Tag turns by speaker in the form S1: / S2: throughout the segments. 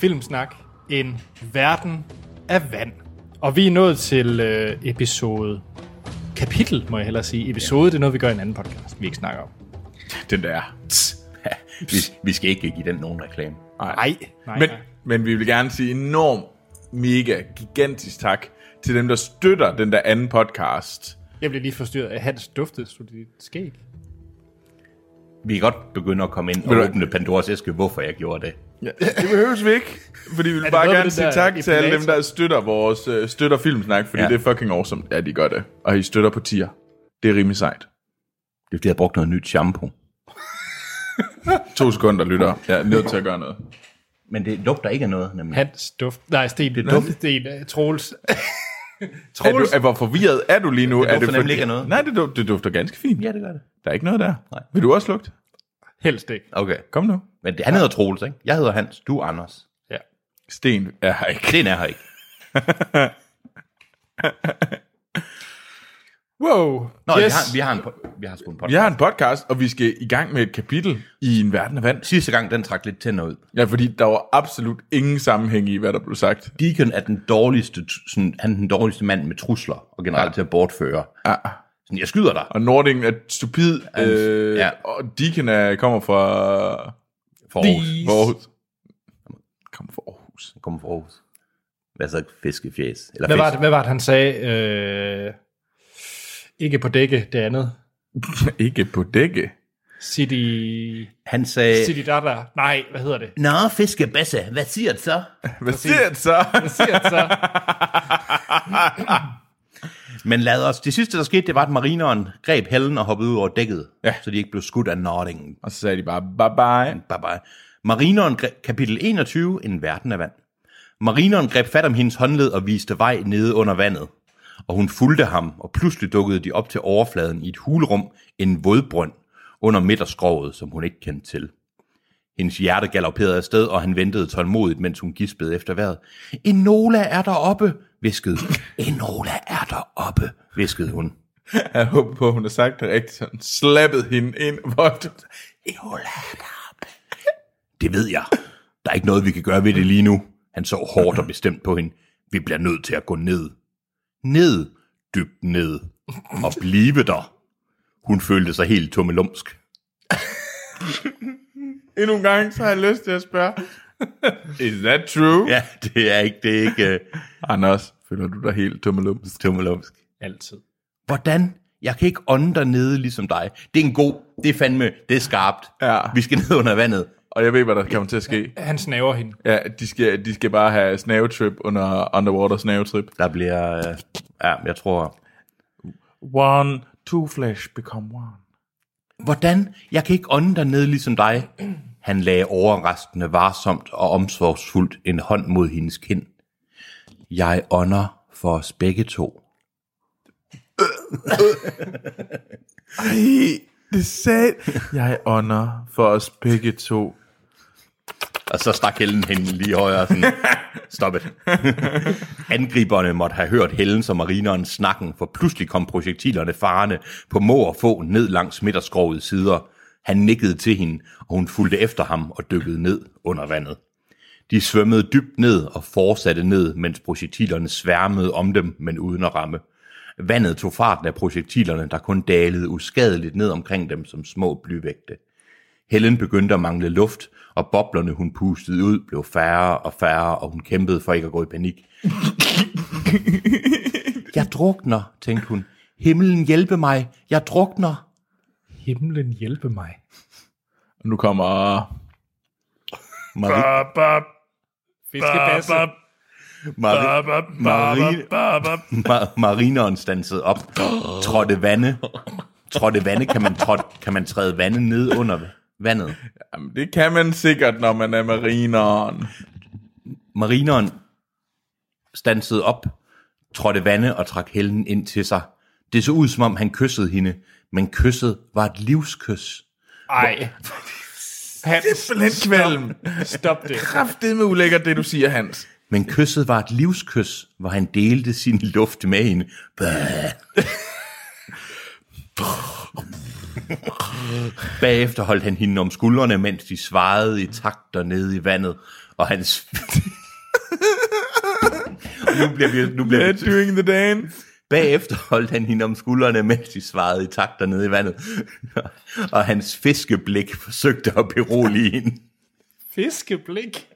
S1: Filmsnak, en verden af vand. Og vi er nået til øh, episode, kapitel må jeg hellere sige. Episode, det er noget, vi gør i en anden podcast, vi ikke snakker om.
S2: Den der. Tss.
S3: Vi, vi skal ikke give den nogen reklame.
S1: Nej, nej,
S2: Men,
S1: nej.
S2: men vi vil gerne sige enorm, mega, gigantisk tak til dem, der støtter den der anden podcast.
S1: Jeg blev lige forstyrret af Hans duftede så dit skæg.
S3: Vi kan godt begynde at komme ind og
S2: Ved du-
S3: åbne Pandoras æske, hvorfor jeg gjorde det.
S2: Ja, det behøves vi ikke, fordi vi vil
S1: det
S2: bare
S1: noget med
S2: gerne
S1: den
S2: sige
S1: der
S2: tak til alle dem,
S1: epilator?
S2: der støtter vores øh, støtter Filmsnak, fordi ja.
S3: Ja.
S2: det er fucking awesome, ja, de gør det. Og I støtter på tier. Det er rimelig sejt.
S3: Det er fordi, jeg brugte noget nyt shampoo.
S2: To sekunder, lytter. Jeg er nødt til at gøre noget.
S3: Men det lugter ikke af noget, nemlig.
S1: Hans duft, nej, Sten, det duft, Sten, øh, Troels.
S2: Er du,
S1: Troels,
S2: er, hvor forvirret er du lige nu?
S3: Det
S2: er
S3: dufter
S2: fordi-
S3: nemlig ikke af noget.
S2: Nej, det, du, det dufter ganske fint.
S3: Ja, det gør det.
S2: Der er ikke noget der. Nej. Vil du også lugte?
S1: helst ikke.
S3: Okay.
S2: Kom nu.
S3: Men det, han hedder Troels, ikke? Jeg hedder Hans, du er Anders.
S1: Ja.
S2: Sten er her ikke.
S3: Den er her ikke.
S1: Wow,
S3: Nå,
S1: yes.
S3: yes. vi, har, vi, har en, po- vi har sgu en podcast.
S2: Vi har en podcast, og vi skal i gang med et kapitel i En Verden af Vand.
S3: Sidste gang, den trak lidt tænder ud.
S2: Ja, fordi der var absolut ingen sammenhæng i, hvad der blev sagt.
S3: Deacon er den dårligste, t- sådan, han er den dårligste mand med trusler og generelt til at bortføre.
S2: Ja.
S3: Sådan, jeg skyder dig.
S2: Og Nordingen er stupid, øh, ja.
S3: ja.
S2: og Deacon er, kommer fra
S3: For Aarhus.
S2: fra Aarhus. Kommer fra Aarhus.
S3: Han kommer fra Aarhus. Hvad så fiskefjæs? Eller
S1: Hvad
S3: fisk?
S1: var, det, hvad var det, han sagde? Øh, ikke på dække, det andet.
S2: Ikke på dække.
S1: City...
S3: Han sagde,
S1: City Dada. Nej, hvad hedder det?
S3: Nå, fiskebasse, hvad siger det så?
S2: Hvad siger det så?
S1: Siger det så.
S3: Men lad os, det sidste, der skete, det var, at marineren greb hælden og hoppede ud over dækket,
S2: Ja.
S3: så de ikke blev skudt af Nordingen.
S2: og så sagde de bare, bye bye.
S3: Bye bye. Marineren, greb, kapitel 21, En verden af vand. Marineren greb fat om hendes håndled og viste vej nede under vandet. Og hun fulgte ham, og pludselig dukkede de op til overfladen i et hulrum, en vådbrønd, under midterskrovet, som hun ikke kendte til. Hendes hjerte galopperede afsted, og han ventede tålmodigt, mens hun gispede efter vejret. Enola er deroppe, viskede. Enola er deroppe, viskede hun.
S2: Jeg håber på, at hun har sagt det rigtigt. Sådan slappede hende ind. Hvor du...
S3: Enola er deroppe. Det ved jeg. Der er ikke noget, vi kan gøre ved det lige nu. Han så hårdt og bestemt på hende. Vi bliver nødt til at gå ned. Ned. Dybt ned. Og blive der. Hun følte sig helt tummelumsk.
S2: Endnu en gang, så har jeg lyst til at spørge. Is that true?
S3: Ja, det er ikke, det er ikke uh,
S2: Anders, føler du dig helt tummelum?
S3: tummelumsk.
S1: Altid.
S3: Hvordan? Jeg kan ikke ånde dernede ligesom dig. Det er en god, det er fandme, det er skarpt.
S2: Ja.
S3: Vi skal ned under vandet.
S2: Og jeg ved, hvad der kommer til at ske.
S1: Han snaver hende.
S2: Ja, de skal, de skal bare have snavetrip under underwater snavetrip.
S3: Der bliver, øh, ja, jeg tror...
S2: One, two flash become one.
S3: Hvordan? Jeg kan ikke ånde dernede ligesom dig. Han lagde overraskende varsomt og omsorgsfuldt en hånd mod hendes kind. Jeg ånder for os begge to.
S2: Ej, det sagde... Jeg ånder for os begge to.
S3: Og så stak Helen hende lige i højre og sådan, stop it. Angriberne måtte have hørt Helen som marineren snakken, for pludselig kom projektilerne farne på må og få ned langs midterskrovet sider. Han nikkede til hende, og hun fulgte efter ham og dykkede ned under vandet. De svømmede dybt ned og fortsatte ned, mens projektilerne sværmede om dem, men uden at ramme. Vandet tog farten af projektilerne, der kun dalede uskadeligt ned omkring dem som små blyvægte. Helen begyndte at mangle luft, og boblerne, hun pustede ud, blev færre og færre, og hun kæmpede for ikke at gå i panik. Jeg drukner, tænkte hun. Himlen hjælpe mig, jeg drukner.
S1: Himlen hjælpe mig.
S2: Og nu kommer...
S3: Marie,
S1: Fiskebasse.
S3: Marie, Marie, Ma- marineren stansede op, trådte vande. Trådte vande, kan man, tråd, kan man træde vande ned under vandet.
S2: Jamen, det kan man sikkert, når man er marineren.
S3: Marineren stansede op, trådte vande og trak Helen ind til sig. Det så ud, som om han kyssede hende, men kysset var et livskys.
S1: Ej. Hans,
S2: Simpelthen kvalm.
S1: stop det.
S2: Kraftet med ulækkert, det du siger, Hans.
S3: Men kysset var et livskys, hvor han delte sin luft med hende. Bæh. Bagefter holdt han hende om skuldrene, mens de svarede i takter nede i vandet, og hans... nu bliver vi, nu bliver vi,
S2: They're doing the dance.
S3: Bagefter holdt han hende om skuldrene, mens de svarede i takter nede i vandet. og hans fiskeblik forsøgte at berolige hende.
S1: Fiskeblik.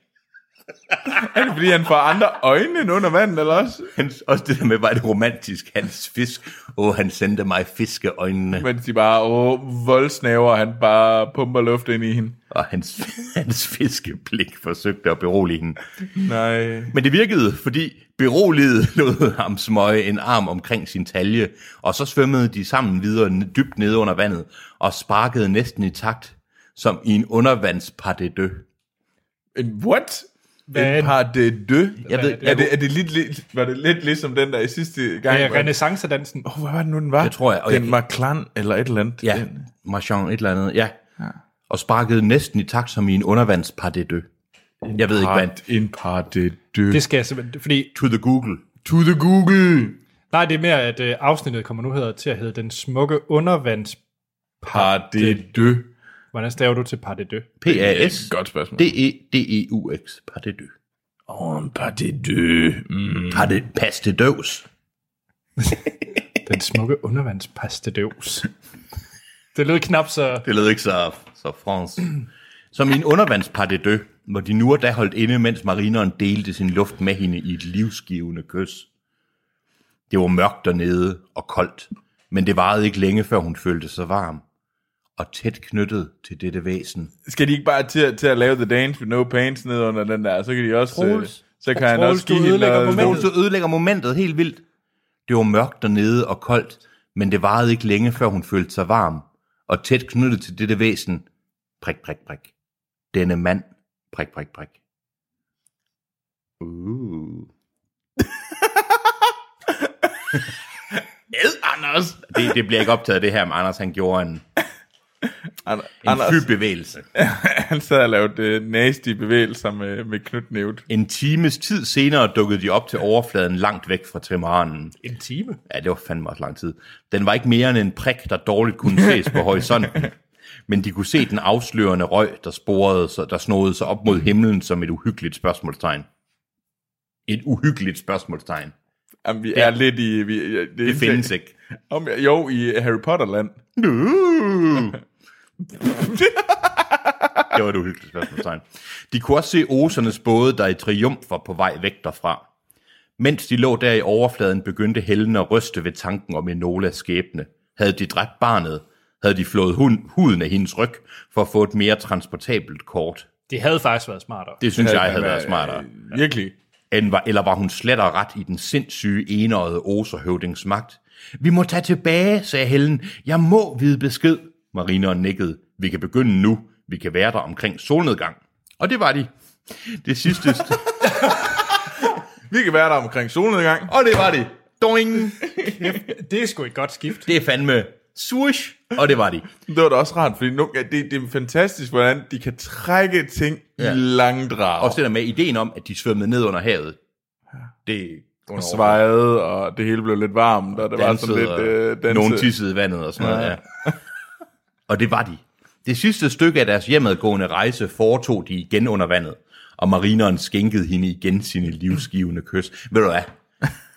S2: Er det, fordi han får andre øjne end under vandet, eller også?
S3: Hans, også det der med, var det romantisk, hans fisk. Åh, han sendte mig fiskeøjnene.
S2: Mens de bare, åh, voldsnaver, og han bare pumper luft ind i hende.
S3: Og hans, hans fiskeblik forsøgte at berolige hende.
S2: Nej.
S3: Men det virkede, fordi beroliget lod ham smøge en arm omkring sin talje, og så svømmede de sammen videre n- dybt ned under vandet, og sparkede næsten i takt, som i en undervandspartedø.
S2: En what?
S1: Hvad-
S2: En par de deux?
S3: Jeg ved,
S2: Er det, er det lidt, lidt, var det lidt ligesom den der i sidste gang?
S1: Ja,
S2: hvor-
S1: renaissancedansen.
S2: Åh, hvad var det nu, den var?
S3: Jeg tror, jeg- og
S2: den
S3: jeg-
S2: var klan eller et eller andet.
S3: Ja,
S2: Den-
S3: Marchand et eller andet, ja. ja. Og sparkede næsten i takt som i en undervandspardedø. Jeg ved ikke, hvad.
S2: Part, en par de deux.
S1: Det skal jeg simpelthen, fordi...
S3: To the Google.
S2: To the Google.
S1: Nej, det er mere, at øh, afsnittet kommer nu hedder, til at hedde Den Smukke Undervands...
S2: Par de deux.
S1: Hvordan staver du til par de deux?
S3: P-A-S.
S2: Godt spørgsmål.
S3: E
S2: Mm.
S3: D-E-D-E-U-X. Pardedø.
S2: Åh, en par de deux. Mm.
S3: Parde, pas det døvs.
S1: Den Smukke Undervandspastedøvs. Det lød knap så...
S3: Det lød ikke så, så fransk. Som i en undervandspardedø, hvor de nu og da holdt inde, mens marineren delte sin luft med hende i et livsgivende kys. Det var mørkt dernede og koldt, men det varede ikke længe, før hun følte sig varm og tæt knyttet til dette væsen.
S2: Skal de ikke bare til, til at lave The Dance with No Pants ned under den der? Så kan de også... øh,
S3: Troels.
S2: Så kan han
S1: Troels,
S2: også
S1: du
S2: give hende
S1: ødelægger
S2: noget...
S1: momentet.
S3: Troels, du ødelægger momentet helt vildt. Det var mørkt dernede og koldt, men det varede ikke længe, før hun følte sig varm og tæt knyttet til dette væsen. Prik, prik, prik. Denne mand. Prik, prik, prik. Uh. Ed, Anders! Det, det bliver ikke optaget det her, men Anders han gjorde en,
S2: An-
S3: en
S2: Anders,
S3: flybevægelse.
S2: han sad og lavede øh, nasty bevægelser med, med knytnævet.
S3: En times tid senere dukkede de op til overfladen langt væk fra trimmeranen.
S1: En time?
S3: Ja, det var fandme også lang tid. Den var ikke mere end en prik, der dårligt kunne ses på horisonten. Men de kunne se den afslørende røg, der sporede sig, der snodede sig op mod himlen som et uhyggeligt spørgsmålstegn. Et uhyggeligt spørgsmålstegn.
S2: Jamen, vi er lidt i... Vi, ja, det,
S3: Det findes ikke.
S2: Om, jo, i Harry Potter-land.
S3: Det var et uhyggeligt spørgsmålstegn. De kunne også se osernes både, der i triumf var på vej væk derfra. Mens de lå der i overfladen, begyndte Helen at ryste ved tanken om Enolas skæbne. Havde de dræbt barnet, havde de flået huden, huden af hendes ryg for at få et mere transportabelt kort.
S1: Det havde faktisk været smartere.
S3: Det synes jeg havde
S2: fandme,
S3: været smartere.
S2: øh, Virkelig.
S3: End var, eller var hun slet og ret i den sindssyge enøjede oserhøvdings magt? Vi må tage tilbage, sagde Helen. Jeg må vide besked. Marineren nikkede. Vi kan begynde nu. Vi kan være der omkring solnedgang. Og det var de. Det sidste... st-
S2: Vi kan være der omkring solnedgang.
S3: og det var de. Doing.
S1: Det, det er sgu et godt skift.
S3: Det er fandme swoosh. Og det var de.
S2: Det var da også rart, fordi nu, ja, det, det er fantastisk, hvordan de kan trække ting ja.
S3: Ja.
S2: i langdrag.
S3: Også det der med ideen om, at de svømmede ned under havet. Det
S2: og svejede, og det hele blev lidt varmt, og det var sådan lidt øh,
S3: dansede. og Nogen tissede i vandet og sådan noget, ja. og det var de. Det sidste stykke af deres hjemadgående rejse foretog de igen under vandet, og marineren skænkede hende igen sine livsgivende kys. Ved du hvad?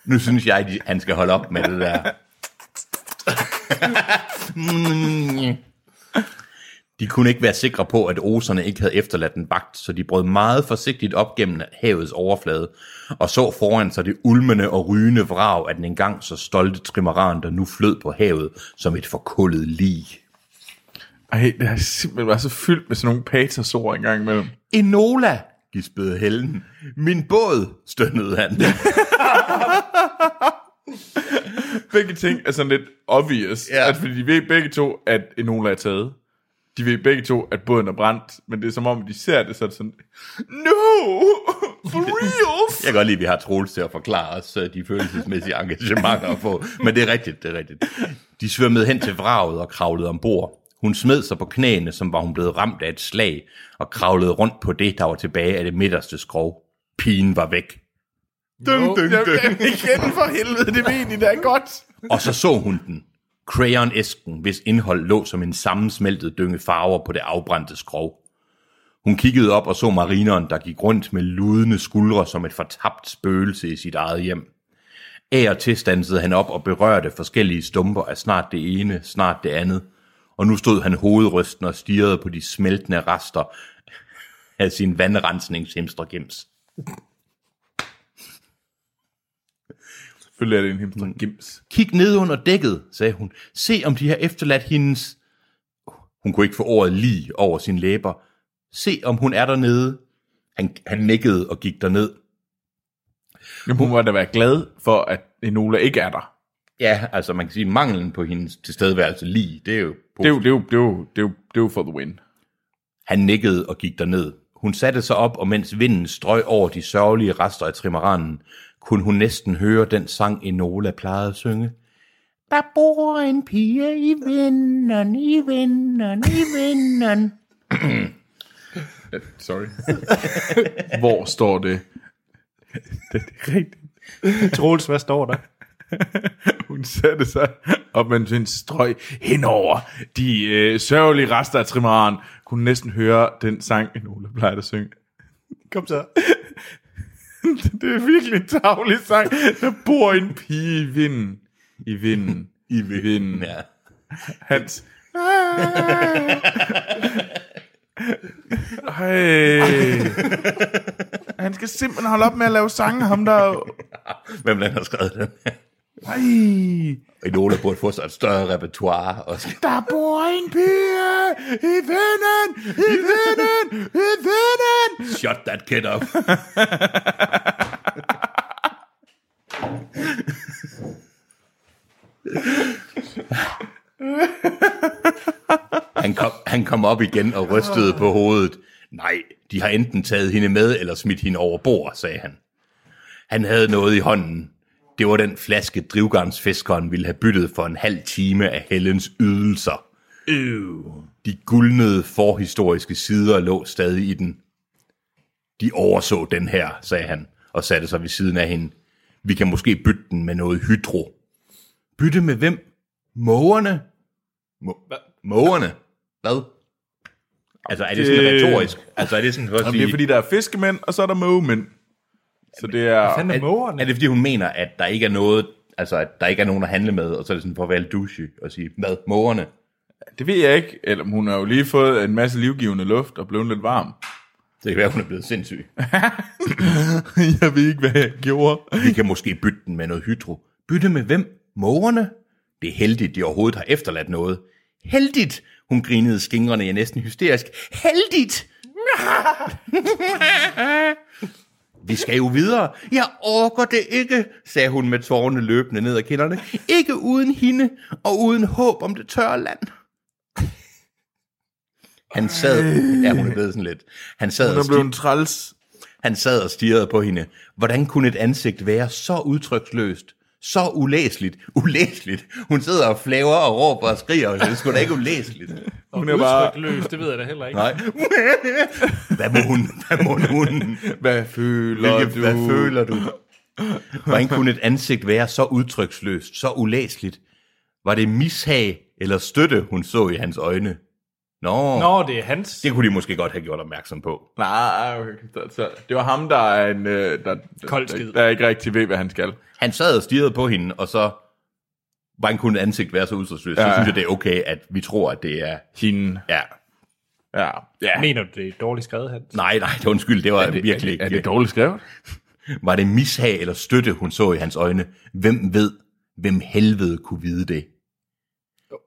S3: Nu synes jeg, at han skal holde op med det der. De kunne ikke være sikre på, at oserne ikke havde efterladt en vagt, så de brød meget forsigtigt op gennem havets overflade og så foran sig det ulmende og rygende vrag af den engang så stolte trimaran, der nu flød på havet som et forkullet lig.
S2: Ej, det har simpelthen været så fyldt med sådan nogle patosord engang imellem.
S3: Enola, gispede Helen. Min båd, stønnede han.
S2: Begge ting er sådan lidt obvious,
S3: Ja.
S2: ja. at fordi de ved begge to, at Enola er taget. De ved begge to, at båden er brændt, men det er som om, de ser det så er det sådan, No! For real!
S3: Jeg kan godt lide, at vi har Troels til at forklare os øh, de følelsesmæssige engagementer på. Men det er rigtigt, det er rigtigt. De svømmede hen til vraget og kravlede ombord. Hun smed sig på knæene, som var hun blevet ramt af et slag, og kravlede rundt på det, der var tilbage af det midterste skrov. Pigen var væk.
S2: Dun, dun,
S3: dun.
S2: Jamen, igen for helvede, det ved de da godt.
S3: Og så så hun den. Crayon-æsken, hvis indhold lå som en sammensmeltet dynge farver på det afbrændte skrov. Hun kiggede op og så marineren, der gik rundt med ludende skuldre som et fortabt spøgelse i sit eget hjem. Af og til stansede han op og berørte forskellige stumper af snart det ene, snart det andet. Og nu stod han hovedrysten og stirrede på de smeltende rester af sin vandrensningshimstergims.
S2: Selvfølgelig er det en himster gims.
S3: Kig ned under dækket, sagde hun. Se, om de har efterladt hendes... Hun kunne ikke få ordet lige over sin læber. Se, om hun er dernede. Han, han nikkede og gik derned.
S2: Men hun må da være glad for, at Enola ikke er der.
S3: Ja, altså man kan sige, manglen på hendes tilstedeværelse lige, det er jo...
S2: Det er jo, det er jo, det er jo, det er jo, det er jo for the win.
S3: Han nikkede og gik derned. Hun satte sig op, og mens vinden strøg over de sørgelige rester af trimaranen, kunne hun næsten høre den sang, Enola plejede at synge. Der bor en pige i vinden, i vinden, i vinden.
S2: Sorry. Hvor står det? det er rigtigt.
S1: Troels, hvad står der?
S2: Hun satte sig op med en strøg henover de øh, sørgelige rester af trimaren. Kunne næsten høre den sang, en Ola plejer at synge.
S1: Kom så.
S2: det er virkelig en tavlig sang. Der bor en pige i vinden. I vinden. I vinden.
S3: Ja.
S2: Hans. Ej. Han skal simpelthen holde op med at lave sange, ham der...
S3: Hvem den har skrevet den?
S2: Ej.
S3: Enola burde få sig et større repertoire. Og
S2: Der bor en pige i vinden, i vinden, i vinden.
S3: shut that kid up. han, kom, han kom op igen og rystede på hovedet. Nej, de har enten taget hende med eller smidt hende over bord, sagde han. Han havde noget i hånden. Det var den flaske, drivgarnsfiskeren ville have byttet for en halv time af Helens ydelser. De guldnede forhistoriske sider lå stadig i den. De overså den her, sagde han, og satte sig ved siden af hende. Vi kan måske bytte den med noget hydro. Bytte med hvem? Mågerne? Må- Mågerne? Hvad? Altså, er det sådan
S2: Det-
S3: retorisk? Altså, er det sådan for at
S2: Jamen, det er
S3: sige...
S2: fordi, der er fiskemænd, og så er der mågemænd. Så det er...
S1: Han er mågerne.
S3: Er det fordi, hun mener, at der ikke er noget... Altså, at der ikke er nogen at handle med, og så er det sådan for at være lidt douche og sige, hvad? Mågerne?
S2: Det ved jeg ikke. Eller hun har jo lige fået en masse livgivende luft og blevet lidt varm.
S3: Det kan være, hun er blevet sindssyg.
S2: jeg ved ikke, hvad jeg gjorde.
S3: Vi kan måske bytte den med noget hydro. Bytte med hvem? Mågerne? Det er heldigt, de overhovedet har efterladt noget. Heldigt! Hun grinede skingrene ja, næsten hysterisk. Heldigt! Vi skal jo videre. Jeg orker det ikke, sagde hun med tårerne løbende ned ad kinderne. Ikke uden hende og uden håb om det tørre land. Han sad... Ja, hun er blevet sådan lidt. Han sad og
S2: Der
S3: stirrede-
S2: blev en træls.
S3: han sad og stirrede på hende. Hvordan kunne et ansigt være så udtryksløst? Så ulæsligt. Ulæsligt. Hun sidder og flaver og råber og skriger. og siger, Det skulle da ikke ulæsligt.
S2: Hun er bare...
S1: Udtrykløs, det ved jeg da heller ikke.
S3: Nej. Hvad må hun? Hvad må hun?
S2: Hvad føler
S3: Hvilke,
S2: du?
S3: hvad føler du? Hvordan kunne et ansigt være så udtryksløst, så ulæsligt? Var det mishag eller støtte, hun så i hans øjne? Nå, Nå.
S1: Nå, det er hans. Det
S3: det kunne de måske godt have gjort opmærksom på.
S2: Nej, okay. så, så, det var ham, der er en... øh, Der,
S1: Kold
S2: der,
S1: skid.
S2: der, ikke rigtig ved, hvad han skal.
S3: han sad og stirrede på hende, og så hvordan kunne et ansigt være så udstyrsløs? Ja. Så
S2: Ja.
S3: synes jeg, det er okay, at vi tror, at det er...
S2: Hende.
S3: Ja.
S2: Ja.
S3: Ja.
S1: Mener du, det er dårligt skrevet, Hans?
S3: Nej, nej, undskyld, det var det, virkelig
S2: Er
S3: ikke.
S2: det dårligt skrevet?
S3: Var det mishag eller støtte, hun så i hans øjne? Hvem ved? Hvem helvede kunne vide det?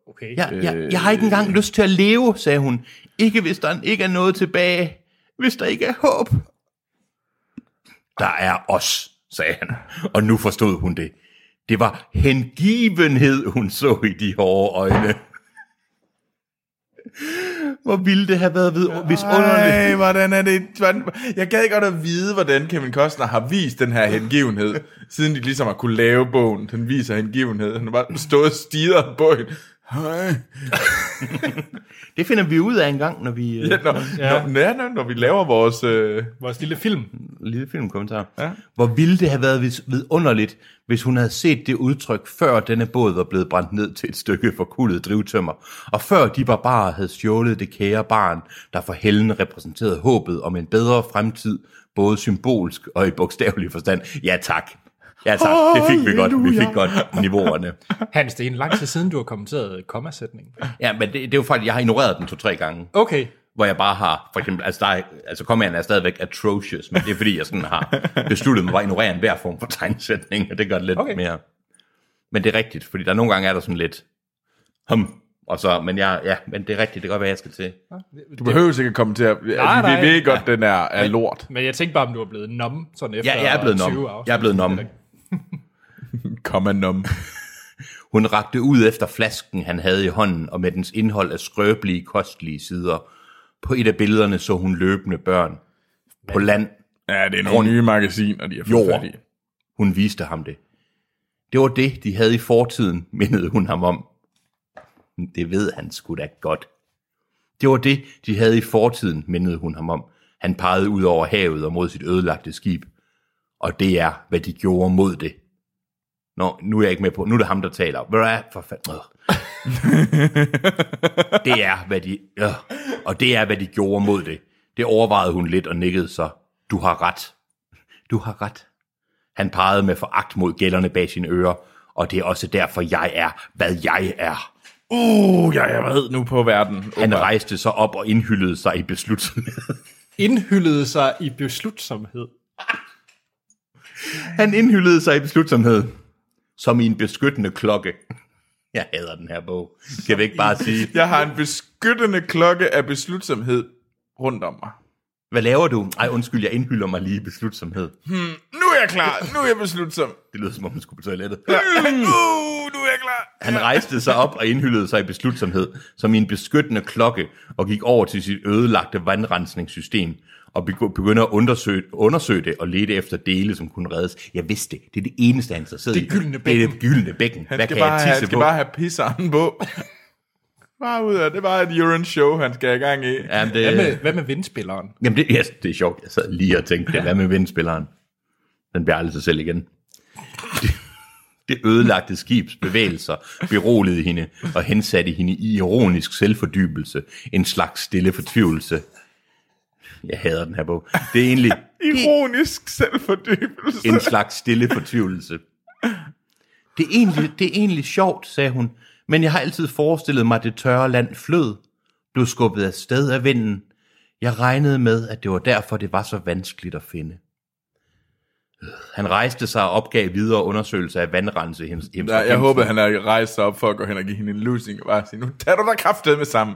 S1: Okay.
S3: Jeg, jeg, jeg har ikke engang lyst til at leve, sagde hun. Ikke hvis der ikke er noget tilbage. Hvis der ikke er håb. Der er os, sagde han. Og nu forstod hun det. Det var hengivenhed, hun så i de hårde øjne. Hvor ville det have været ved, hvis underligt...
S2: Nej, hvordan er det? Hvordan, jeg gad godt at vide, hvordan Kevin Costner har vist den her hengivenhed, siden de ligesom har kunne lave bogen. Den viser hengivenhed. Han har bare stået og stiget på hende. Hej.
S3: Det finder vi ud af en gang, når vi... øh,
S2: Ja, når, ja. Når, ja, når, når vi laver vores... Øh,
S1: Vores lille film.
S3: lille filmkommentar.
S2: Ja.
S3: Ja. Hvor ville det have været vis- vidunderligt, hvis hun havde set det udtryk, før denne båd var blevet brændt ned til et stykke forkullet drivtømmer, og før de barbarer havde stjålet det kære barn, der for helden repræsenterede håbet om en bedre fremtid, både symbolsk og i bogstavelig forstand. Ja tak. Ja tak, det fik vi godt. Vi fik godt niveauerne.
S1: Hans, det er en lang tid siden, du har kommenteret kommasætningen.
S3: Ja, men det, det er jo faktisk, jeg har ignoreret den to-tre gange.
S1: Okay.
S3: hvor jeg bare har, for eksempel, altså, der er, altså kommaerne er stadigvæk atrocious, men det er fordi, jeg sådan har besluttet mig for at ignorere enhver form for tegnsætning, og det gør det lidt
S1: Okay.
S3: okay. mere. Men det er rigtigt, fordi der nogle gange er der sådan lidt, hum, og så, men jeg, ja, men det er rigtigt, det kan godt være, jeg skal til.
S2: du behøver sikkert komme til at...
S1: Nej,
S2: Altså,
S1: nej.
S2: vi ved godt, den er, er lort.
S1: Men jeg tænkte bare, om du er blevet numb, sådan efter
S3: Ja, jeg er blevet
S1: 20
S3: nom.
S1: afsnit.
S3: Jeg er blevet nom.
S2: Kom num.
S3: Hun rakte ud efter flasken, han havde i hånden, og med dens indhold af skrøbelige, kostelige sider. På et af billederne så hun løbende børn. På land
S2: Ja, det er nogle nye magasiner, de har fået
S3: Jord.
S2: fat i.
S3: Hun viste ham det. Det var det, de havde i fortiden, mindede hun ham om. Det ved han sgu da godt. Det var det, de havde i fortiden, mindede hun ham om. Han pegede ud over havet og mod sit ødelagte skib. Og det er, hvad de gjorde mod det. Nå, nu er jeg ikke med på. Nu er det ham, der taler. Hvad er for fanden? Det er, hvad de... Øh. Og det er, hvad de gjorde mod det. Det overvejede hun lidt og nikkede så. Du har ret. Du har ret. Han pegede med foragt mod gælderne bag sine ører, og det er også derfor, jeg er, hvad jeg er.
S2: Uh, jeg er vred nu på verden.
S3: Han rejste sig op og indhyldede sig i beslutsomhed.
S1: Indhyldede sig i beslutsomhed.
S3: Han indhyldede sig i beslutsomhed. Som i en beskyttende klokke. Jeg hader den her bog. Kan vi ikke bare sige,
S2: Jeg har en beskyttende klokke af beslutsomhed rundt om mig.
S3: hvad laver du? Ej, undskyld, jeg indhylder mig lige i beslutsomhed.
S2: Nu er jeg klar. Nu er jeg beslutsom.
S3: Det lyder, som om man skulle på toilettet.
S2: Uh, nu er jeg klar.
S3: Han rejste sig op og indhyldede sig i beslutsomhed, som i en beskyttende klokke, og gik over til sit ødelagte vandrensningssystem, og beg- begyndte at undersøge, undersøge det og lede efter dele, som kunne reddes. Jeg vidste det. Det er det eneste, han er interesseret i.
S1: Det gyldne
S3: Det er det gyldne bækken. Hvad
S2: Han
S3: kan
S2: skal, bare
S3: jeg
S2: have, han
S3: tisse
S2: skal
S3: på?
S2: bare have pisseren på. Bare ud af, det var et urine show, han skal i gang i. Ja.
S3: Jamen,
S1: Hvad
S3: det,
S1: med, hvad med vindspilleren?
S3: jamen det, yes, det er sjovt. Jeg sad lige og tænkte, hvad med vindspilleren? Den bliver aldrig sig selv igen. Det ødelagte skibs bevægelser beroligede hende og hensatte hende i ironisk selvfordybelse, en slags stille fortvivlelse. Jeg hader den her bog. Det er egentlig
S2: Ironisk selvfordybelse.
S3: en slags stille fortvivlelse. Det er, egentlig, det er egentlig sjovt, sagde hun, men jeg har altid forestillet mig, at det tørre land flød, blev skubbet afsted af vinden. Jeg regnede med, at det var derfor, det var så vanskeligt at finde. Øh, Han rejste sig og opgav videre undersøgelser af vandrense. Hems, hems,
S2: Ja, jeg håber, han har rejst sig op for at gå hen og give hende en losing og bare sige, nu tager du dig kraftet med sammen.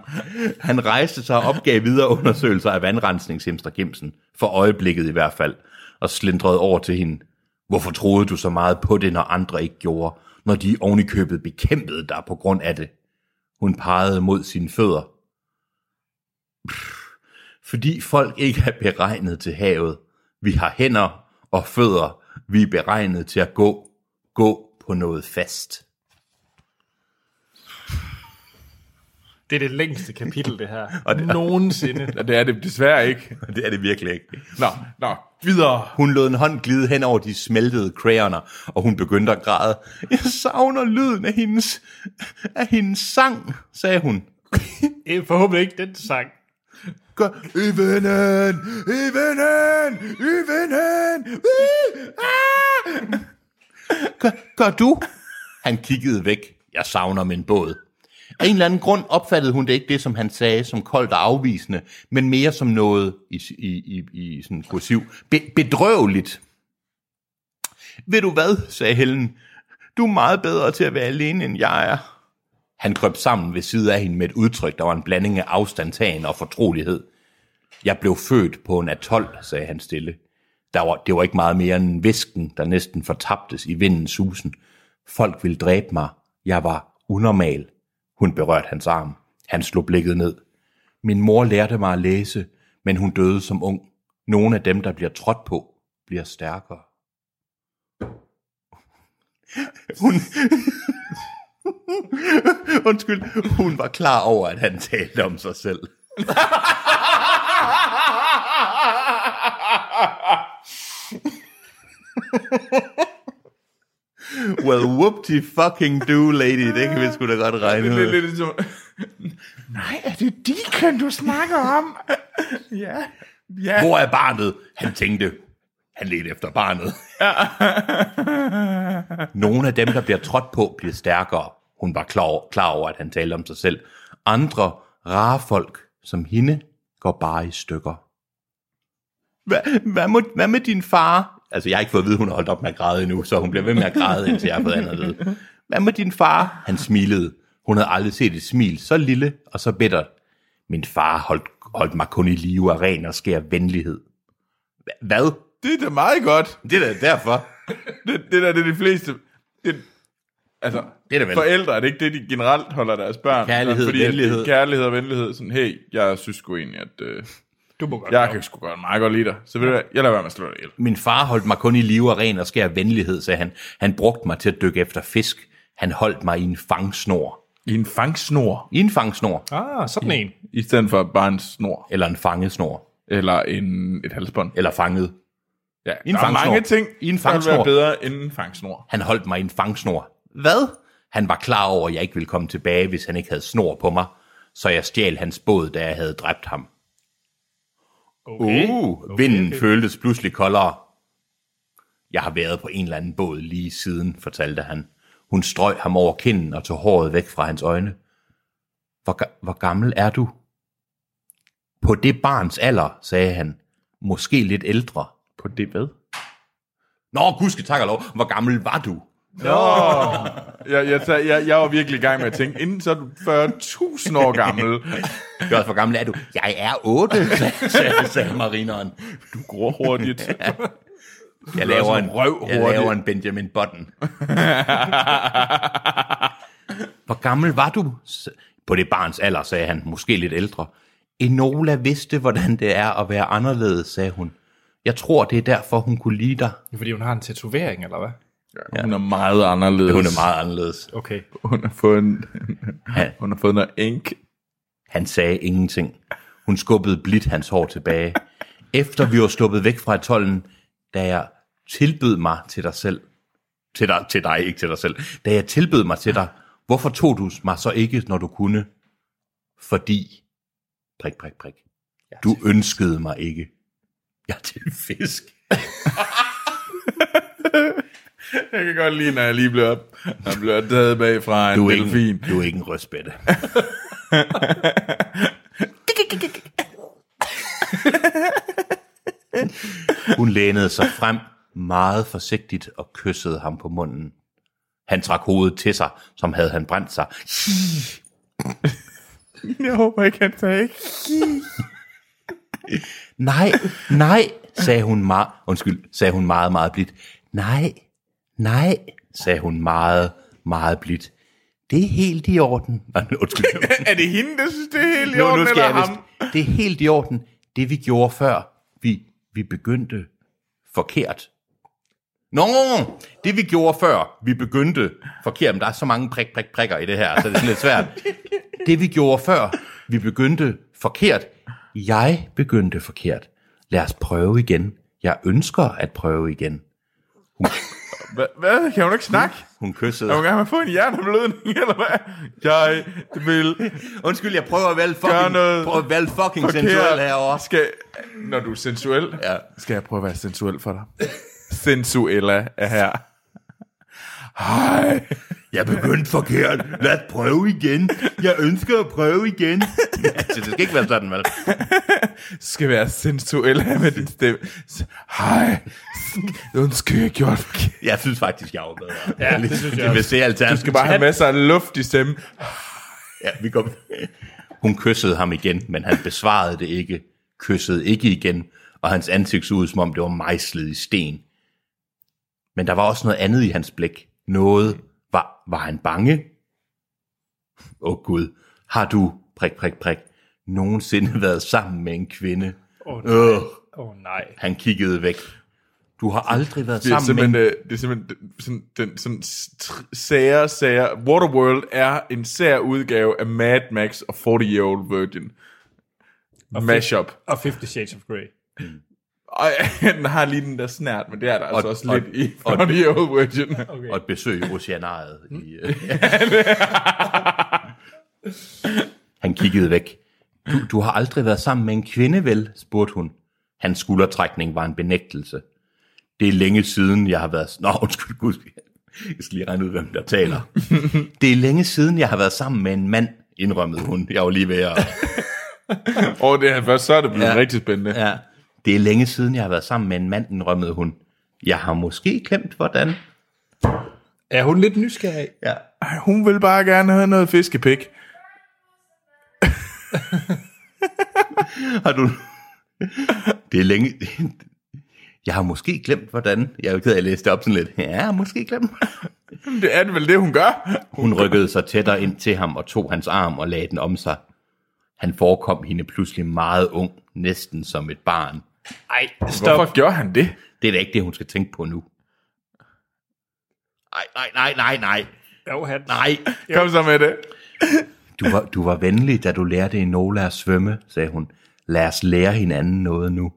S3: Han rejste sig og opgav videre undersøgelser af vandrensningshemster Gemsen, for øjeblikket i hvert fald, og slindrede over til hende. Hvorfor troede du så meget på det, når andre ikke gjorde, når de ovenikøbet bekæmpede dig på grund af det? Hun pegede mod sine fødder. Pff, Fordi folk ikke er beregnet til havet. Vi har hænder og fødder. Vi er beregnet til at gå, gå på noget fast.
S1: Det er det længste kapitel, det her.
S3: Og
S1: Og
S3: det-
S1: det, Nogensinde.
S2: Og det er det desværre ikke.
S3: Det er det virkelig ikke.
S2: Nå, nå, videre.
S3: Hun lod en hånd glide hen over de smeltede krayoner, og hun begyndte at græde. Jeg savner lyden af hendes, af hendes sang, sagde hun.
S1: Øh, Forhåbentlig ikke den sang.
S3: Gør,
S2: Ivenen, Ivenen, Ivenen. Ah!
S3: gør, gør du? Han kiggede væk. Jeg savner min båd. Af en eller anden grund opfattede hun det ikke det, som han sagde, som koldt og afvisende, men mere som noget i, i, i, i sådan kursiv. Be, bedrøveligt. Ved du hvad, sagde Helen. Du er meget bedre til at være alene, end jeg er. Han krøb sammen ved siden af hende med et udtryk, der var en blanding af afstandtagen og fortrolighed. Jeg blev født på en atol, sagde han stille. Der var, det var ikke meget mere end visken, der næsten fortabtes i vindens susen. Folk ville dræbe mig. Jeg var unormal. Hun berørte hans arm. Han slog blikket ned. Min mor lærte mig at læse, men hun døde som ung. Nogle af dem, der bliver trådt på, bliver stærkere. Hun... Undskyld, hun var klar over, at han talte om sig selv. Well, whoopty fucking do, lady. Det kan vi sgu da godt regne
S2: Det er
S3: ud.
S2: lidt sådan. Nej, er det Deacon, du snakker om? ja. Ja.
S3: Hvor er barnet? Han tænkte. Han ledte efter barnet. Nogle af dem, der bliver trådt på, bliver stærkere. Hun var klar, klar over, at han talte om sig selv. Andre rare folk, som hende, går bare i stykker. Hva, hvad, må, hvad med din far? Altså, jeg har ikke fået at vide, hun har holdt op med at græde endnu, så hun bliver ved med at græde, indtil jeg har fået andet at vide. Hvad med din far? Han smilede. Hun havde aldrig set et smil så lille og så bittert. Min far holdt, holdt mig kun i live af ren og skær venlighed. Hva- Hvad?
S2: Det er da meget godt.
S3: Det er da derfor.
S2: Det, det der, det er de fleste... Det, altså,
S3: Det er da vel.
S2: forældre er det ikke det, de generelt holder deres børn.
S3: Kærlighed,
S2: fordi, at det er
S3: venlighed.
S2: Kærlighed og venlighed. Sådan, hey, jeg synes sgu egentlig, at øh,
S1: Du må godt
S2: jeg kan sgu godt meget godt lide dig. Så ved du hvad, jeg lader være med at slå dig ihjel.
S3: Min far holdt mig kun i live af ren og skær venlighed, sagde han. Han brugte mig til at dykke efter fisk. Han holdt mig i en fangsnor.
S2: I en fangsnor.
S3: I en fangsnor.
S1: Ah, sådan en.
S2: I stedet for bare en snor.
S3: Eller en fangesnor.
S2: Eller en, et halsbånd.
S3: Eller fanget.
S2: Ja,
S3: I en
S2: der er
S3: fangsnor.
S2: mange ting,
S3: I en
S2: der vil
S3: fangsnor.
S2: være bedre end en fangsnor.
S3: Han holdt mig i en fangsnor. Hvad? Han var klar over, at jeg ikke ville komme tilbage, hvis han ikke havde snor på mig. Så jeg stjal hans båd, da jeg havde dræbt ham.
S1: Okay.
S3: Uh, vinden okay, okay. føltes pludselig koldere. Jeg har været på en eller anden båd lige siden, fortalte han. Hun strøg ham over kinden og tog håret væk fra hans øjne. Hvor, ga- hvor gammel er du? På det barns alder, sagde han. Måske lidt ældre.
S2: På det hvad?
S3: Nå, gudske tak og lov, hvor gammel var du?
S2: Jeg, jeg, jeg, jeg, jeg var virkelig i gang med at tænke, inden så er du 40.000 år gammel.
S3: Jeg er også, hvor gammel er du? Jeg er otte, sagde, sagde marineren.
S2: Du gror hurtigt.
S3: Jeg
S2: lyder
S3: laver,
S2: som
S3: en,
S2: røv
S3: jeg
S2: hurtigt.
S3: laver en Benjamin Button. Hvor gammel var du? S- På det barns alder, sagde han, måske lidt ældre. Enola vidste, hvordan det er at være anderledes, sagde hun. Jeg tror, det er derfor, hun kunne lide dig.
S1: Det er fordi, hun har en tatovering, eller hvad?
S2: Ja. Hun er meget anderledes.
S3: Hun er meget anderledes.
S1: Okay.
S2: Hun har fået, en,
S3: Ja.
S2: hun har fået noget ink.
S3: Han sagde ingenting. Hun skubbede blidt hans hår tilbage. Efter vi var sluppet væk fra atollen, da jeg tilbød mig til dig selv. Til dig, til dig, ikke til dig selv. Da jeg tilbød mig til dig, hvorfor tog du mig så ikke, når du kunne? Fordi, prik, prik, prik, du ønskede mig ikke. Jeg er til fisk.
S2: Jeg kan godt lide, når jeg lige bliver, når jeg bliver taget bagfra en
S3: Du er,
S2: delfin.
S3: ikke, du er ikke en rødspætte. Hun lænede sig frem meget forsigtigt og kyssede ham på munden. Han trak hovedet til sig, som havde han brændt sig.
S2: Jeg håber ikke, han tager ikke.
S3: Nej, nej, sagde hun meget, undskyld, sagde hun meget, meget blidt. Nej, nej, sagde hun meget, meget blidt. Det er helt i orden. Nå, Undskyld.
S2: Er det hende, der synes, det er helt i
S3: nu,
S2: orden,
S3: nu skal
S2: eller
S3: jeg
S2: ham?
S3: vist. Det er helt i orden. Det vi gjorde før, vi, vi begyndte forkert. Nå, det vi gjorde før, vi begyndte forkert. Men der er så mange prik, prik, prikker i det her, så det er sådan lidt svært. Det vi gjorde før, vi begyndte forkert. Jeg begyndte forkert. Lad os prøve igen. Jeg ønsker at prøve igen.
S2: Hvad? Hvad? Kan hun ikke snakke?
S3: Hun
S2: Er hun
S3: kyssede.
S2: gerne med at få en hjerneblødning, eller hvad? Jeg vil
S3: Undskyld, jeg prøver at være lidt
S2: Gør
S3: fucking,
S2: noget
S3: prøver at være lidt fucking sensuel
S2: forkert.
S3: herovre.
S2: Skal, når du er sensuel,
S3: Ja.
S2: skal jeg prøve at være sensuel for dig. Sensuella er her. Hej.
S3: Jeg begyndte forkert. Lad os prøve igen. Jeg ønsker at prøve igen. altså, det skal ikke være sådan, vel?
S2: skal være sensuel her med din stemme. Så, Hej, undskyld, jeg har gjort forkert.
S3: Jeg synes faktisk, jeg er bedre.
S1: Ja, det synes jeg
S3: Det vil
S1: også.
S3: se alternativt.
S2: Du skal bare have masser af luft i stemmen.
S3: Ja, vi kom. Hun kyssede ham igen, men han besvarede det ikke. Kyssede ikke igen, og hans ansigt så ud, som om det var mejslet i sten. Men der var også noget andet i hans blik. Noget. Var, var han bange? Åh oh, Gud, har du, prik, prik, prik, nogensinde været sammen med en kvinde?
S1: Åh, nej.
S3: Øh,
S1: Åh oh, nej.
S3: han kiggede væk. Du har aldrig været
S2: Det er
S3: sammen med en
S2: simpelthen, øh, det er simpelthen den- sådan, den sådan s- tr- sære, sære. Waterworld er en sær udgave af Mad Max og 40 Year Old Virgin. Mashup.
S1: Og 50 Shades of Grey.
S2: Og den har lige den der snært, men det er der og, altså også
S3: og-
S2: lidt i
S3: og-
S2: 40 Year Old Virgin.
S1: Okay.
S3: og øh, et besøg i oceanariet. I, øh. øh, Han kiggede væk. Du, du har aldrig været sammen med en kvinde, vel? spurgte hun. Hans skuldertrækning var en benægtelse. Det er længe siden, jeg har været... Nå, undskyld, gud. Jeg skal lige regne ud, hvem der taler. Det er længe siden, jeg har været sammen med en mand, indrømmede hun. Jeg var lige ved at...
S2: Og det er først, så er det blevet ja.
S3: Ja.
S2: rigtig spændende. Ja.
S3: Ja. Det er længe siden, jeg har været sammen med en mand, indrømmede hun. Jeg har måske glemt, hvordan...
S1: Er hun lidt nysgerrig?
S3: Ja.
S2: Ej, hun vil bare gerne have noget fiskepik.
S3: Har du... Det er længe... Jeg har måske glemt, hvordan... Jeg er jo ked af, at jeg læste det op sådan lidt. Ja, jeg har måske glemt.
S2: Det er det vel det, hun gør.
S3: Hun rykkede sig tættere ind til ham og tog hans arm og lagde den om sig. Han forekom hende pludselig meget ung, næsten som et barn.
S1: Nej, stop.
S2: Hvorfor gjorde han det?
S3: Det er da ikke det, hun skal tænke på nu. Nej, nej, nej, nej, nej.
S1: Jo, han.
S3: Nej,
S2: Kom så med det.
S3: Du var, du var venlig, da du lærte Enola at svømme, sagde hun. Lad os lære hinanden noget nu.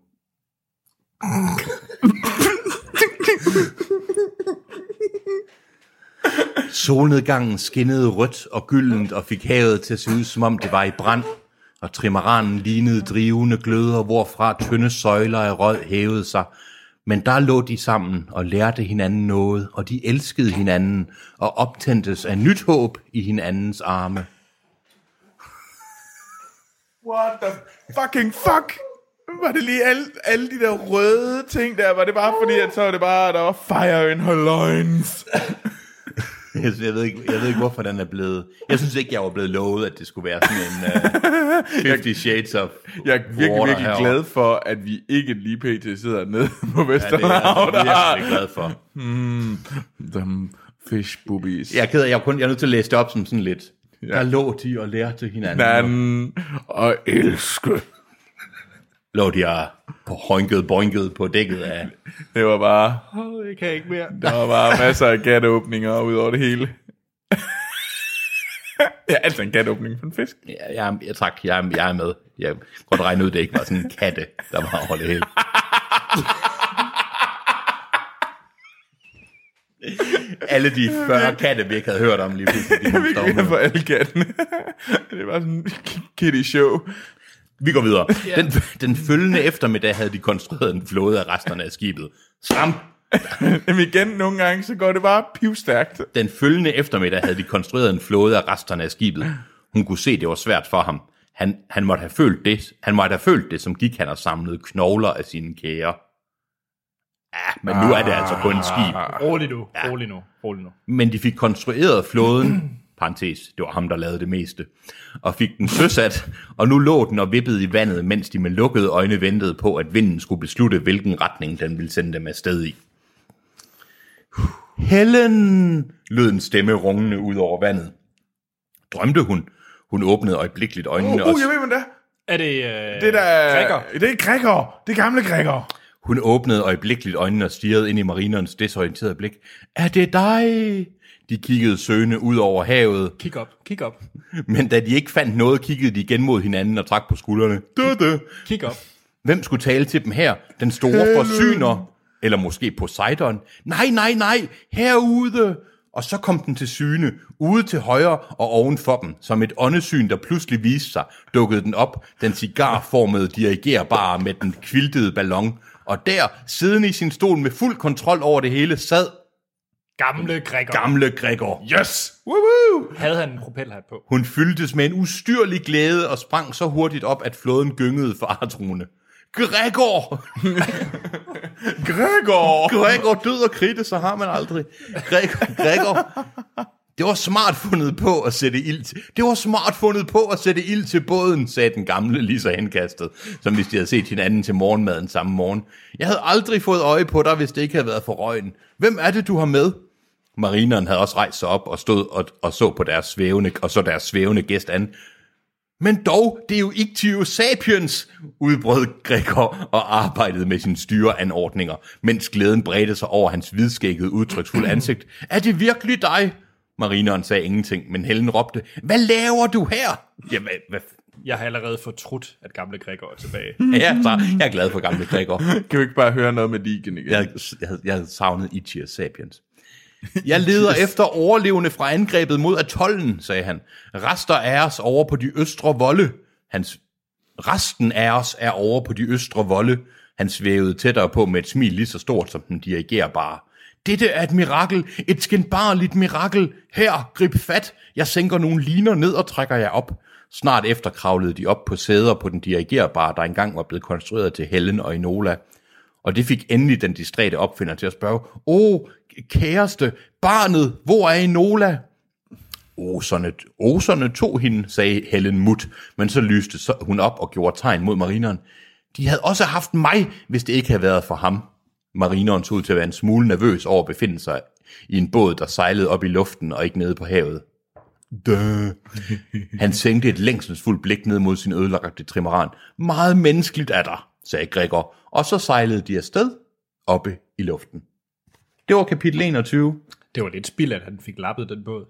S3: Solnedgangen skinnede rødt og gyldent og fik havet til at se ud, som om det var i brand. Og trimaranen lignede drivende gløder, hvorfra tynde søjler af rød hævede sig. Men der lå de sammen og lærte hinanden noget, og de elskede hinanden og optændtes af nyt håb i hinandens arme.
S2: What the fucking fuck? Var det lige alle, alle de der røde ting der? Var det bare fordi, at så var det bare, der var fire in her loins?
S3: Jeg, jeg, ved ikke, jeg ved ikke, hvorfor den er blevet... Jeg synes ikke, jeg var blevet lovet, at det skulle være sådan en uh, 50 Shades of
S2: Jeg er virkelig,
S3: Water
S2: virkelig
S3: herovre.
S2: glad for, at vi ikke lige pt. sidder nede på
S3: Ja, det er jeg
S2: Vesterhav.
S3: virkelig glad for.
S2: Dem fish boobies.
S3: Jeg er ked af, jeg, er kun, jeg er nødt til at læse det op som sådan lidt. Ja. Der lå de og lærte hinanden.
S2: Hinanden og elske.
S3: Lå de og på hoinket, boinket på dækket af...
S2: Det var bare,
S1: Åh, det kan jeg ikke mere.
S2: der var bare masser af gatåbninger ud over det hele. ja, altså en gatåbning for en fisk.
S3: Ja, jeg, jeg, tak, jeg, er- jeg er med. Jeg kan godt regne ud, det ikke var sådan en katte, der var over det hele. Alle de 40 katte, vi ikke havde hørt om lige pludselig. de kom
S2: Vi kan
S3: stormende.
S2: for alle kattene. det var sådan en kitty show.
S3: Vi går videre. Den, den følgende eftermiddag havde de konstrueret en flåde af resterne af skibet. Slam!
S2: Jamen igen, nogle gange, så går det bare pivstærkt.
S3: Den følgende eftermiddag havde de konstrueret en flåde af resterne af skibet. Hun kunne se, det var svært for ham. Han, han, måtte have følt det, han måtte have følt det, som gik han og samlede knogler af sine kære. Ja, men nu er det altså kun et skib.
S1: Rolig nu, rolig nu, rolig nu.
S3: Men de fik konstrueret flåden, parentes, det var ham, der lavede det meste, og fik den søsat, og nu lå den og vippede i vandet, mens de med lukkede øjne ventede på, at vinden skulle beslutte, hvilken retning den ville sende dem afsted i. Helen, lød en stemme rungende ud over vandet. Drømte hun. Hun åbnede øjeblikkeligt øjnene,
S2: Uh,
S3: og,
S2: uh jeg ved, hvem det er.
S1: Er det... Øh,
S2: Det der...
S1: Grækker.
S2: Det er Grækker. Det er gamle Grækker.
S3: hun åbnede øjeblikkeligt øjnene og stirrede ind i marinerens desorienterede blik. Er det dig? De kiggede søgende ud over havet,
S1: Kig op, kig op,
S3: Men da de ikke fandt noget, kiggede de igen mod hinanden og trak på skuldrene. Dø, dø.
S1: kig op.
S3: Hvem skulle tale til dem her? Den store forsyner? Eller måske Poseidon? Nej, nej, nej, herude! Og så kom den til syne, ude til højre og oven for dem, som et åndesyn, der pludselig viste sig, dukkede den op, den cigarformede dirigerbare med den kviltede ballon. Og der, siddende i sin stol med fuld kontrol over det hele, sad
S1: Gamle Gregor.
S3: Gamle Gregor.
S2: Yes!
S3: Woohoo!
S1: Havde han en propelhat på?
S3: Hun fyldtes med en ustyrlig glæde og sprang så hurtigt op, at flåden gyngede for Artrune. Gregor!
S2: Gregor!
S3: Gregor død og kridte, så har man aldrig. Gregor, Gregor. Det var smart fundet på at sætte ild til. Det var smart fundet på at sætte ild til båden, sagde den gamle lige så henkastet, som hvis de havde set hinanden til morgenmaden samme morgen. Jeg havde aldrig fået øje på dig, hvis det ikke havde været for røgen. Hvem er det, du har med? Marineren havde også rejst sig op og stod og, og så på deres svævende, og så deres svævende gæst an. Men dog, det er jo Ictio Sapiens, udbrød Gregor og arbejdede med sine styreanordninger, mens glæden bredte sig over hans hvidskækkede udtryksfulde ansigt. Er det virkelig dig? Marineren sagde ingenting, men Helen råbte, hvad laver du her? Ja, hvad, hvad? f-
S1: Jeg har allerede fortrudt, at gamle Gregor er tilbage.
S3: ja så, jeg er glad for gamle Gregor.
S2: Kan vi ikke bare høre noget med Ligen igen?
S3: Jeg, jeg, jeg havde savnet Ichia Sapiens. Jeg leder efter overlevende fra angrebet mod atollen, sagde han. Rester af os over på de østre volde. Hans, resten af os er over på de østre volde. Han svævede tættere på med et smil lige så stort som den dirigerbare. Dette er et mirakel, et skændbarligt mirakel. Her, grib fat. Jeg sænker nogle liner ned og trækker jer op. Snart efter kravlede de op på sæder på den dirigerbare, der engang var blevet konstrueret til Helen og Enola. Og det fik endelig den distræte opfinder til at spørge, Åh, kæreste, barnet, hvor er Enola? Oserne, oserne tog hende, sagde Helen Mut, men så lyste så hun op og gjorde tegn mod marineren. De havde også haft mig, hvis det ikke havde været for ham. Marineren så ud til at være en smule nervøs over at befinde sig i en båd, der sejlede op i luften og ikke nede på havet. Duh. Han sænkte et længselsfuldt blik ned mod sin ødelagte trimaran. Meget menneskeligt er der, sagde Gregor, og så sejlede de afsted oppe i luften. Det var kapitel 21.
S1: Det var lidt spild, at han fik lappet den båd.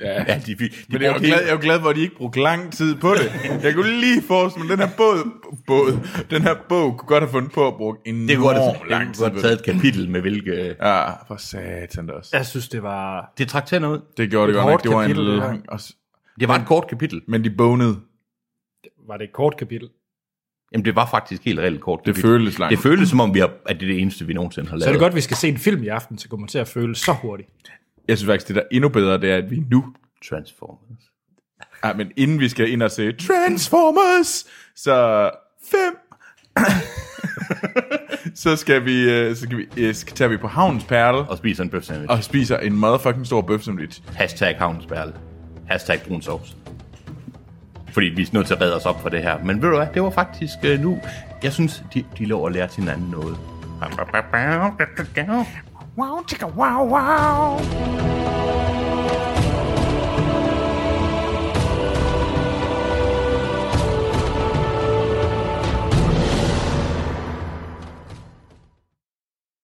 S3: Ja, de, de, de
S2: Men jeg er, jo glad, jeg er jo glad, hvor de ikke brugte lang tid på det. Jeg kunne lige forestille mig, den her båd, båd, den her bog kunne godt have fundet på at bruge enormt
S3: det
S2: det
S3: kunne godt have- det
S2: lang
S3: kunne
S2: tid
S3: godt
S2: på
S3: have
S2: det.
S3: taget et kapitel med hvilke...
S2: Ja, for satan da også.
S1: Jeg synes, det var...
S3: Det trak tænder ud.
S2: Det gjorde det godt nok.
S1: hårdt
S2: Det var en
S1: kapitel, det her.
S2: lang... også-
S3: Det var et kort kapitel.
S2: Men de bonede.
S1: Var det et kort kapitel?
S3: Jamen, det var faktisk helt reelt kort
S2: Det
S3: kapitel.
S2: føles langt.
S3: Det føles som om, vi har, at det er det eneste, vi nogensinde har lavet.
S1: Så er det godt, at vi skal se en film i aften, så kommer til at føle så hurtigt.
S2: Jeg synes faktisk, det der er endnu bedre, det er, at vi nu...
S3: Transformers.
S2: Ja, men inden vi skal ind og se Transformers, så fem... så skal vi, øh, så skal vi, øh, skal, tager vi på Havns Perle
S3: Og spiser en bøf sandwich.
S2: og spiser en motherfucking stor bøfsandwich.
S3: Hashtag havnsperle. Hashtag brun sovs. Fordi vi er nødt til at redde os op for det her. Men ved du hvad, det var faktisk øh, nu... Jeg synes, de, de lå og lærte hinanden noget.
S4: Wow, chicka, wow, wow.